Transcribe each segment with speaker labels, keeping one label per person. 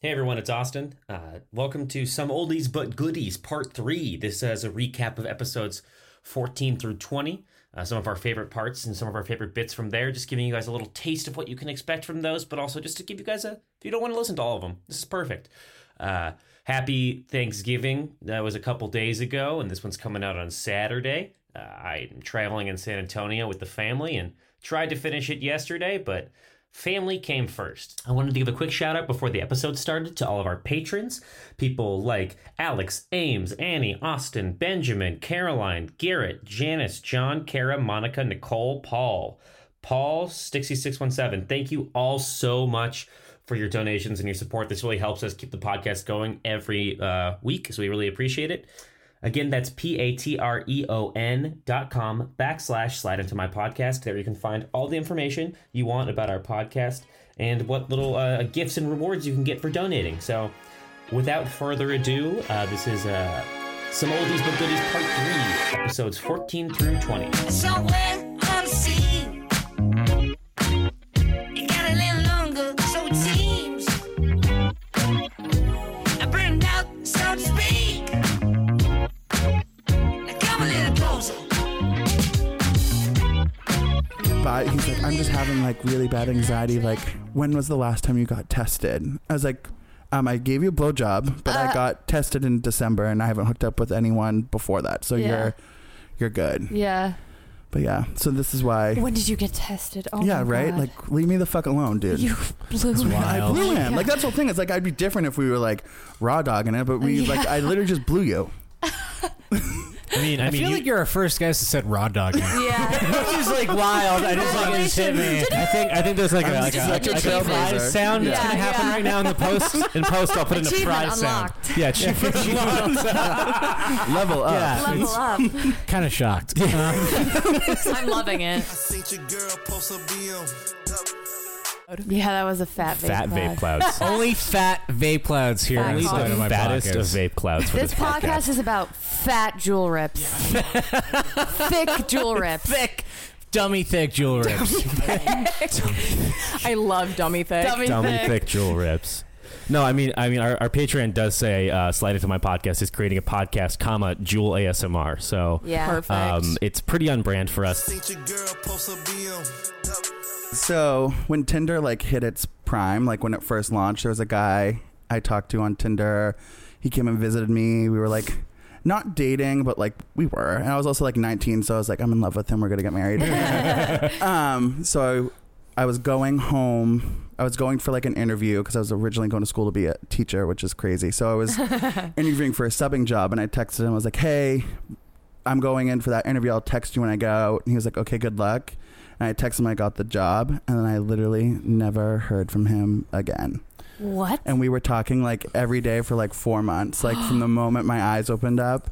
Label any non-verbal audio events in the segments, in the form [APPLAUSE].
Speaker 1: Hey everyone, it's Austin. Uh, welcome to Some Oldies But Goodies Part 3. This is a recap of episodes 14 through 20, uh, some of our favorite parts and some of our favorite bits from there, just giving you guys a little taste of what you can expect from those, but also just to give you guys a, if you don't want to listen to all of them, this is perfect. Uh, happy Thanksgiving. That was a couple days ago, and this one's coming out on Saturday. Uh, I'm traveling in San Antonio with the family and tried to finish it yesterday, but Family came first. I wanted to give a quick shout out before the episode started to all of our patrons, people like Alex, Ames, Annie, Austin, Benjamin, Caroline, Garrett, Janice, John, Kara, Monica, Nicole, Paul, Paul, Stixie617. Thank you all so much for your donations and your support. This really helps us keep the podcast going every uh, week, so we really appreciate it. Again, that's P A T R E O N dot com backslash slide into my podcast. There you can find all the information you want about our podcast and what little uh, gifts and rewards you can get for donating. So, without further ado, uh, this is uh, Some Oldies But Goodies Part 3, episodes 14 through 20.
Speaker 2: somewhere unseen. It got a little longer, so it seems. I burned out, so to speak. Now come a little closer.
Speaker 3: body. He's like, I'm just having like really bad anxiety. Like, when was the last time you got tested? I was like, um, I gave you a blowjob, but
Speaker 4: Uh,
Speaker 3: I got tested in December, and I haven't hooked up with anyone before that. So
Speaker 4: Yeah.
Speaker 3: you're, you're good.
Speaker 4: Yeah.
Speaker 3: But yeah, so this is why.
Speaker 4: When did you get tested? Oh
Speaker 3: yeah,
Speaker 4: my
Speaker 3: right.
Speaker 4: God.
Speaker 3: Like, leave me the fuck alone, dude. [LAUGHS]
Speaker 4: you blew it.
Speaker 3: I
Speaker 4: [LAUGHS]
Speaker 3: blew him. Like that's the whole thing. It's like I'd be different if we were like raw dogging it, but we
Speaker 4: Yeah.
Speaker 3: like I literally just blew you.
Speaker 5: I mean, I,
Speaker 6: I
Speaker 5: mean,
Speaker 6: feel
Speaker 5: you,
Speaker 6: like you're our first guys to said raw
Speaker 5: [LAUGHS]
Speaker 6: dog. Which
Speaker 4: Yeah.
Speaker 6: is like wild. I just think it just hit me. I think I think there's like a,
Speaker 3: I'm
Speaker 6: like
Speaker 3: just
Speaker 6: a,
Speaker 3: like a
Speaker 6: like a
Speaker 3: trailblazer.
Speaker 6: fries sound that's
Speaker 4: Yeah,
Speaker 6: gonna happen
Speaker 4: yeah.
Speaker 6: right now in the post.
Speaker 4: [LAUGHS]
Speaker 6: In post, I'll put in a
Speaker 4: Achievement
Speaker 6: fries
Speaker 4: unlocked.
Speaker 6: sound.
Speaker 4: [LAUGHS]
Speaker 6: Yeah, achievement unlocked.
Speaker 3: Level up.
Speaker 6: Yeah.
Speaker 4: Level
Speaker 6: [LAUGHS]
Speaker 4: up.
Speaker 6: kind of shocked. Um,
Speaker 4: [LAUGHS] I'm loving it.
Speaker 7: Seen your girl post a BM.
Speaker 4: Yeah, that was a fat vape.
Speaker 5: fat vape
Speaker 4: [LAUGHS]
Speaker 5: clouds.
Speaker 6: Only fat vape clouds here.
Speaker 4: Fat
Speaker 6: on
Speaker 5: Only
Speaker 4: clouds.
Speaker 6: Slide
Speaker 4: Out
Speaker 5: the
Speaker 6: in my
Speaker 5: fattest
Speaker 6: pockets.
Speaker 5: of vape clouds for
Speaker 4: This
Speaker 5: this,
Speaker 4: podcast is about fat jewel
Speaker 5: [LAUGHS]
Speaker 4: rips.
Speaker 8: [LAUGHS]
Speaker 4: Thick jewel rips.
Speaker 6: Thick, [LAUGHS] dummy thick jewel rips.
Speaker 8: I love dummy thick.
Speaker 4: Dummy
Speaker 5: Dummy thick jewel rips. No, I mean, I mean, our, our Patreon does say uh, "slide into my podcast" is creating a podcast, comma Jewel ASMR. So,
Speaker 4: Yeah.
Speaker 8: Perfect.
Speaker 5: um, it's pretty on brand for us.
Speaker 7: Seen your girl post a BM.
Speaker 3: So when Tinder like hit its prime, like when it first launched, there was a guy I talked to on Tinder. He came and visited me. We were like not dating, but like we were. And I was also like 19, so I was like, I'm in love with him. We're gonna get married. um, so I was going home. I was going for like an interview because I was originally going to school to be a teacher, which is crazy. So I was interviewing for a subbing job, and I texted him. I was like, "Hey, I'm going in for that interview. I'll text you when I go." And he was like, "Okay, good luck." And I texted him. I got the job, and then I literally never heard from him again.
Speaker 4: What?
Speaker 3: And we were talking like every day for like four months, like from the moment my eyes opened up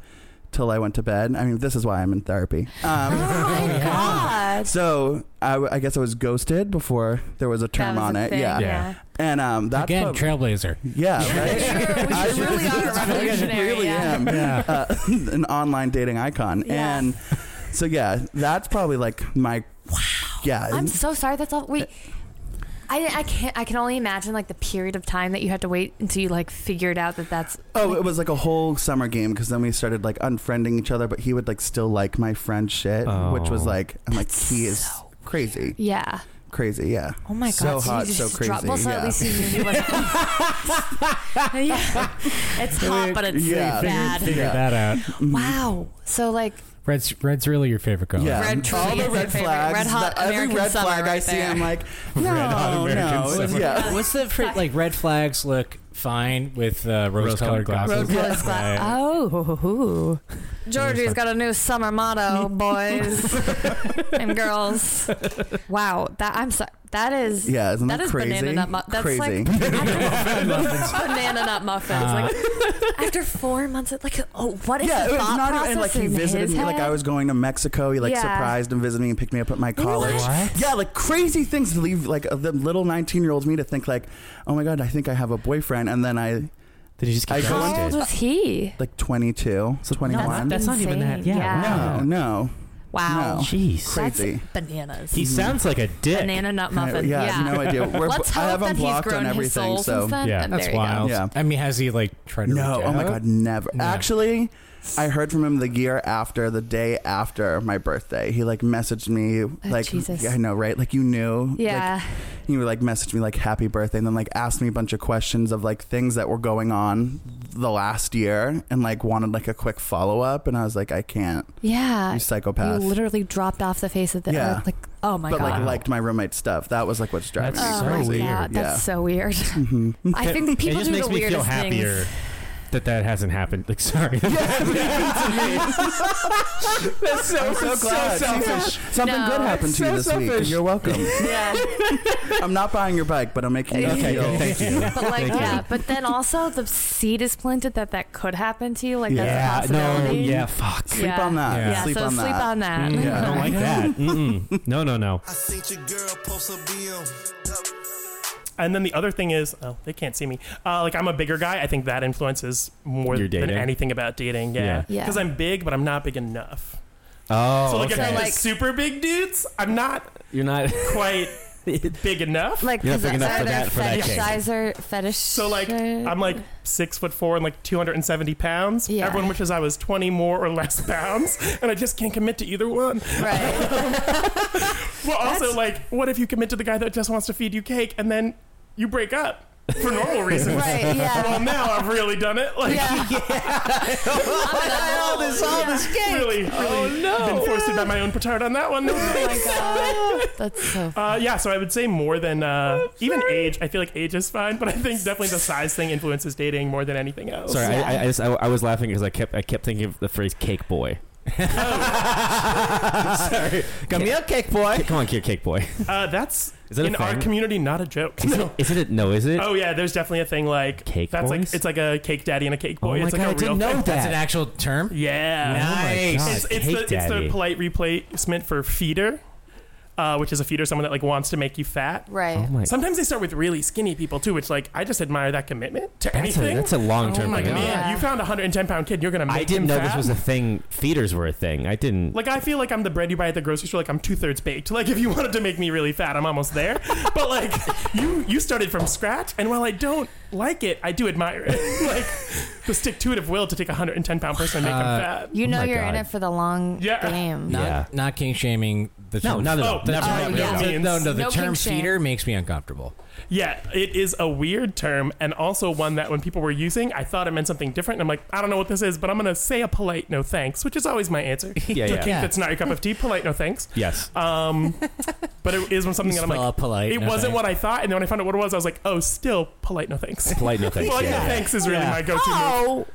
Speaker 3: till I went to bed. I mean, this is why I'm in therapy. Um,
Speaker 4: Oh my
Speaker 6: Um,
Speaker 4: god.
Speaker 3: so I, w- I guess I was ghosted before there was a
Speaker 4: That
Speaker 3: term
Speaker 4: was
Speaker 3: on
Speaker 4: a
Speaker 3: it.
Speaker 4: thing,
Speaker 3: Yeah.
Speaker 6: Yeah.
Speaker 3: and um, that's
Speaker 6: Again,
Speaker 3: what-
Speaker 6: trailblazer.
Speaker 4: [LAUGHS]
Speaker 3: yeah, right.
Speaker 4: We
Speaker 3: I
Speaker 4: really are a
Speaker 3: I
Speaker 4: revolutionary,
Speaker 3: really
Speaker 4: yeah.
Speaker 3: am
Speaker 6: Yeah.
Speaker 3: [LAUGHS] uh, an online dating icon,
Speaker 4: Yeah.
Speaker 3: and so yeah, that's probably like my yeah.
Speaker 4: I'm so sorry. That's all. Wait. I, I can't. I can only imagine like the period of time that you had to wait until you like figured out that that's.
Speaker 3: oh, it was like a whole summer game because then we started like unfriending each other, but he would like still like my friend shit, which was
Speaker 5: Oh.
Speaker 3: like I'm like he is crazy,
Speaker 4: Yeah.
Speaker 3: crazy, yeah.
Speaker 4: Oh my god.
Speaker 3: So
Speaker 4: you
Speaker 3: hot, so
Speaker 4: just dropped- well,
Speaker 3: crazy,
Speaker 4: so
Speaker 3: yeah.
Speaker 4: at least you knew it
Speaker 3: [LAUGHS]
Speaker 4: wasn't. yeah. It's hot, but it's
Speaker 3: Yeah.
Speaker 4: bad.
Speaker 6: Figure
Speaker 3: Yeah.
Speaker 6: that out. [LAUGHS]
Speaker 4: Wow. So like
Speaker 6: Red's red's really your favorite color.
Speaker 3: Yeah,
Speaker 4: Red
Speaker 3: all
Speaker 4: truly
Speaker 3: the
Speaker 4: is my
Speaker 3: red
Speaker 4: favorite.
Speaker 3: flags.
Speaker 4: Red hot
Speaker 3: that- every
Speaker 4: American
Speaker 3: red
Speaker 4: summer
Speaker 3: flag I
Speaker 4: right
Speaker 3: see,
Speaker 4: there.
Speaker 3: I'm [LAUGHS] like, no,
Speaker 6: hot American
Speaker 3: no, it's-
Speaker 6: summer.
Speaker 3: Oh, yeah.
Speaker 6: What's the fr- like? Red flags look fine with uh,
Speaker 5: Rose-colored
Speaker 6: rose-colored
Speaker 5: glasses.
Speaker 6: glasses.
Speaker 4: Rose-colored gla-
Speaker 6: Yeah.
Speaker 8: oh,
Speaker 4: Georgie's got a new summer [LAUGHS] motto, boys and girls. Wow, that I'm sorry. That is
Speaker 3: Yeah, isn't
Speaker 4: that
Speaker 3: that
Speaker 4: is
Speaker 3: crazy?
Speaker 4: banana nut. Mu- that's
Speaker 3: crazy.
Speaker 4: like [LAUGHS] banana nut muffins. like after four months, of, like oh, what is
Speaker 3: yeah,
Speaker 4: the
Speaker 3: it was
Speaker 4: thought
Speaker 3: not
Speaker 4: process
Speaker 3: even like he
Speaker 4: in
Speaker 3: visited
Speaker 4: his
Speaker 3: me.
Speaker 4: head?
Speaker 3: Like I was going to Mexico, he like
Speaker 4: Yeah.
Speaker 3: surprised and visited me and picked me up at my college.
Speaker 6: What?
Speaker 3: Yeah, like crazy things to leave like uh, the little nineteen year olds me to think like, oh my god, I think I have a boyfriend, and then I
Speaker 5: Did you just
Speaker 3: I
Speaker 5: get
Speaker 3: go
Speaker 4: How
Speaker 3: on-
Speaker 4: old
Speaker 5: ghosted?
Speaker 4: was he?
Speaker 3: like 22,
Speaker 5: So-
Speaker 3: 21.
Speaker 5: That's not even that-
Speaker 4: Insane.
Speaker 5: yeah,
Speaker 3: no, no.
Speaker 4: Wow.
Speaker 3: No.
Speaker 1: Jeez.
Speaker 3: Crazy.
Speaker 4: That's bananas.
Speaker 1: He sounds like a dick.
Speaker 4: Oh. Banana nut
Speaker 3: I-
Speaker 4: muffin.
Speaker 3: yeah, I have no idea. We're-
Speaker 4: Let's
Speaker 3: I
Speaker 4: hope
Speaker 3: have him
Speaker 4: that
Speaker 3: [LAUGHS]
Speaker 4: he's
Speaker 3: blocked on
Speaker 4: grown his
Speaker 3: everything,
Speaker 4: soul
Speaker 3: so-
Speaker 4: since then.
Speaker 1: Yeah.
Speaker 4: and
Speaker 6: That's
Speaker 4: there you go.
Speaker 6: wild.
Speaker 3: Yeah.
Speaker 6: I mean, has he like tried to?
Speaker 3: No,
Speaker 6: reach
Speaker 3: oh my
Speaker 6: out?
Speaker 3: god, never.
Speaker 6: No.
Speaker 3: Actually, I heard from him the year after, the day after my birthday. He like messaged me, like
Speaker 4: Oh, Jesus.
Speaker 3: I know, right? Like you knew,
Speaker 4: Yeah.
Speaker 3: Like, he would like messaged me like happy birthday, and then like asked me a bunch of questions of like things that were going on the last year, and like wanted like a quick follow up, and I was like, I can't,
Speaker 4: yeah.
Speaker 3: you psychopath.
Speaker 4: Uh, You literally dropped off the face of the
Speaker 3: Yeah.
Speaker 4: earth. Like, oh my
Speaker 3: but
Speaker 4: god.
Speaker 3: like liked my roommate's stuff. That was like what's driving
Speaker 1: That's
Speaker 4: oh
Speaker 1: so
Speaker 4: my
Speaker 1: weird.
Speaker 4: god, that's
Speaker 3: Yeah. Mm-hmm.
Speaker 4: so
Speaker 1: [LAUGHS]
Speaker 4: weird. I think
Speaker 1: it
Speaker 4: people
Speaker 1: just
Speaker 4: do
Speaker 1: makes
Speaker 4: the
Speaker 1: me feel
Speaker 4: weirdest
Speaker 1: happier
Speaker 4: things.
Speaker 1: that that hasn't happened. Like, sorry.
Speaker 4: [LAUGHS]
Speaker 5: [LAUGHS]
Speaker 1: That's so,
Speaker 3: me. I'm so glad. Something
Speaker 4: No.
Speaker 3: good happened to
Speaker 1: So
Speaker 3: you this week.
Speaker 1: selfish.
Speaker 3: You're
Speaker 1: [LAUGHS]
Speaker 3: welcome.
Speaker 4: Yeah.
Speaker 3: [LAUGHS] I'm not buying your bike, but I'm making you
Speaker 1: Okay,
Speaker 3: feel.
Speaker 1: good. Thank you.
Speaker 4: But
Speaker 1: [LAUGHS]
Speaker 4: like,
Speaker 1: Thank you.
Speaker 4: yeah. But then also the seed is planted that that could happen to you. Like
Speaker 1: Yeah,
Speaker 5: Oh,
Speaker 4: that's a
Speaker 1: no,
Speaker 4: possibility.
Speaker 1: yeah, fuck.
Speaker 3: Sleep
Speaker 4: Yeah.
Speaker 3: on that.
Speaker 4: Yeah.
Speaker 1: Yeah.
Speaker 3: Sleep
Speaker 4: so
Speaker 3: on
Speaker 4: sleep
Speaker 3: that.
Speaker 4: on that.
Speaker 1: Mm, I don't like
Speaker 4: [LAUGHS]
Speaker 1: that. Mm-mm. No, no, no.
Speaker 7: I seen your girl post a BM.
Speaker 9: And then the other thing is, oh, they can't see me. Uh, like I'm a bigger guy. I think that influences more
Speaker 1: Your
Speaker 9: than
Speaker 1: dating?
Speaker 9: anything about dating. Yeah,
Speaker 4: Yeah. Yeah.
Speaker 9: because I'm big, but I'm not big enough.
Speaker 1: Oh,
Speaker 9: So like
Speaker 4: okay.
Speaker 9: if I'm
Speaker 4: So, like-
Speaker 9: the super big dudes, I'm not
Speaker 1: You're not.
Speaker 5: [LAUGHS]
Speaker 9: quite big enough.
Speaker 4: Like,
Speaker 1: You're not
Speaker 4: because
Speaker 1: big enough for
Speaker 4: either
Speaker 1: that- for that cake.
Speaker 4: fetishizer, fetish.
Speaker 9: So like I'm like six foot four and like 270 pounds.
Speaker 4: Yeah.
Speaker 9: Everyone wishes I was 20 more or less pounds, [LAUGHS] and I just can't commit to either one.
Speaker 4: right.
Speaker 9: [LAUGHS] Well, also like, what if you commit to the guy that just wants to feed you cake and then you break up for normal reasons?
Speaker 4: Right, yeah.
Speaker 9: Well, now I've really done
Speaker 4: [LAUGHS]
Speaker 9: it. Like. [LAUGHS]
Speaker 4: Yeah. all this, all this
Speaker 9: Really, really been foisted by my own petard on that one.
Speaker 4: Oh my
Speaker 9: [LAUGHS]
Speaker 4: god, that's so. Oh,
Speaker 9: Uh, yeah, so I would say more than uh, even age. I feel like age is fine, but I think definitely the size thing influences dating more than anything else.
Speaker 1: Sorry, I,
Speaker 4: Yeah.
Speaker 1: I, I just I, I was laughing because I kept I kept thinking of the phrase "cake boy." [LAUGHS]
Speaker 9: [LAUGHS]
Speaker 1: Sorry, got me up, cake boy. Come on, here, cake boy.
Speaker 9: Uh, that's
Speaker 1: Is that a
Speaker 9: in our
Speaker 1: thing?
Speaker 9: community not a joke. [LAUGHS]
Speaker 1: Is it, is it? No, is it?
Speaker 9: Oh yeah, there's definitely a thing like
Speaker 1: Cake
Speaker 9: That's
Speaker 1: boys?
Speaker 9: like it's like a cake daddy and a cake
Speaker 1: Oh
Speaker 9: boy.
Speaker 1: my
Speaker 9: it's like
Speaker 1: God,
Speaker 9: a
Speaker 1: I didn't
Speaker 9: real
Speaker 1: know
Speaker 9: thing.
Speaker 1: that.
Speaker 6: That's an actual term.
Speaker 9: Yeah,
Speaker 6: Nice.
Speaker 1: Oh my
Speaker 9: it's,
Speaker 1: God,
Speaker 9: it's
Speaker 1: cake
Speaker 9: the it's
Speaker 1: daddy.
Speaker 9: the polite replacement for feeder, uh, which is a feeder, someone that like wants to make you fat.
Speaker 1: oh
Speaker 4: Right.
Speaker 1: my.
Speaker 9: Sometimes they start with really skinny people too, which like I just admire that commitment to
Speaker 1: That's a,
Speaker 9: anything.
Speaker 1: that's a long
Speaker 9: oh
Speaker 1: term.
Speaker 9: my god,
Speaker 1: commitment.
Speaker 4: Yeah.
Speaker 9: you found a 110 pound kid, you're gonna make
Speaker 1: I didn't
Speaker 9: him
Speaker 1: know
Speaker 9: fat?
Speaker 1: this was a thing. Feeders were a thing. I didn't.
Speaker 9: Like I feel like I'm the bread you buy at the grocery store. Like I'm two thirds baked. Like if you wanted to make me really fat, I'm almost there. but like you, you started from scratch, and while I don't like it, I do admire it. [LAUGHS] like the stick to itive will to take a 110 pound person and make
Speaker 6: Uh,
Speaker 9: them fat.
Speaker 4: You know
Speaker 1: Oh my
Speaker 4: you're
Speaker 1: God.
Speaker 4: in it for the long
Speaker 9: Yeah.
Speaker 4: game.
Speaker 6: Not,
Speaker 1: Yeah.
Speaker 6: not king shaming the
Speaker 1: No,
Speaker 6: term.
Speaker 1: not at
Speaker 9: Oh,
Speaker 1: all.
Speaker 9: that's
Speaker 1: Not-
Speaker 9: what
Speaker 4: Oh,
Speaker 9: it
Speaker 4: yeah.
Speaker 9: means.
Speaker 6: No, no, the
Speaker 4: No
Speaker 6: term
Speaker 4: kink shame.
Speaker 6: feeder makes me uncomfortable.
Speaker 9: Yeah, it is a weird term, and also one that when people were using, I thought it meant something different. And I'm like, I don't know what this is, but I'm gonna say a polite no thanks, which is always my answer.
Speaker 1: Yeah,
Speaker 9: To
Speaker 1: yeah.
Speaker 9: kink that's not your cup of tea. Polite no thanks.
Speaker 1: Yes.
Speaker 9: Um, but it is when something that I'm
Speaker 6: Spell
Speaker 9: like.
Speaker 6: out polite.
Speaker 9: It
Speaker 6: no
Speaker 9: wasn't
Speaker 6: thanks.
Speaker 9: what I thought, and then when I found out what it was, I was like, "Oh, still polite, no thanks."
Speaker 1: Polite no thanks.
Speaker 9: Well,
Speaker 1: yeah,
Speaker 9: yeah,
Speaker 1: yeah.
Speaker 9: thanks is really
Speaker 6: Yeah.
Speaker 9: my go-to move.
Speaker 4: Oh,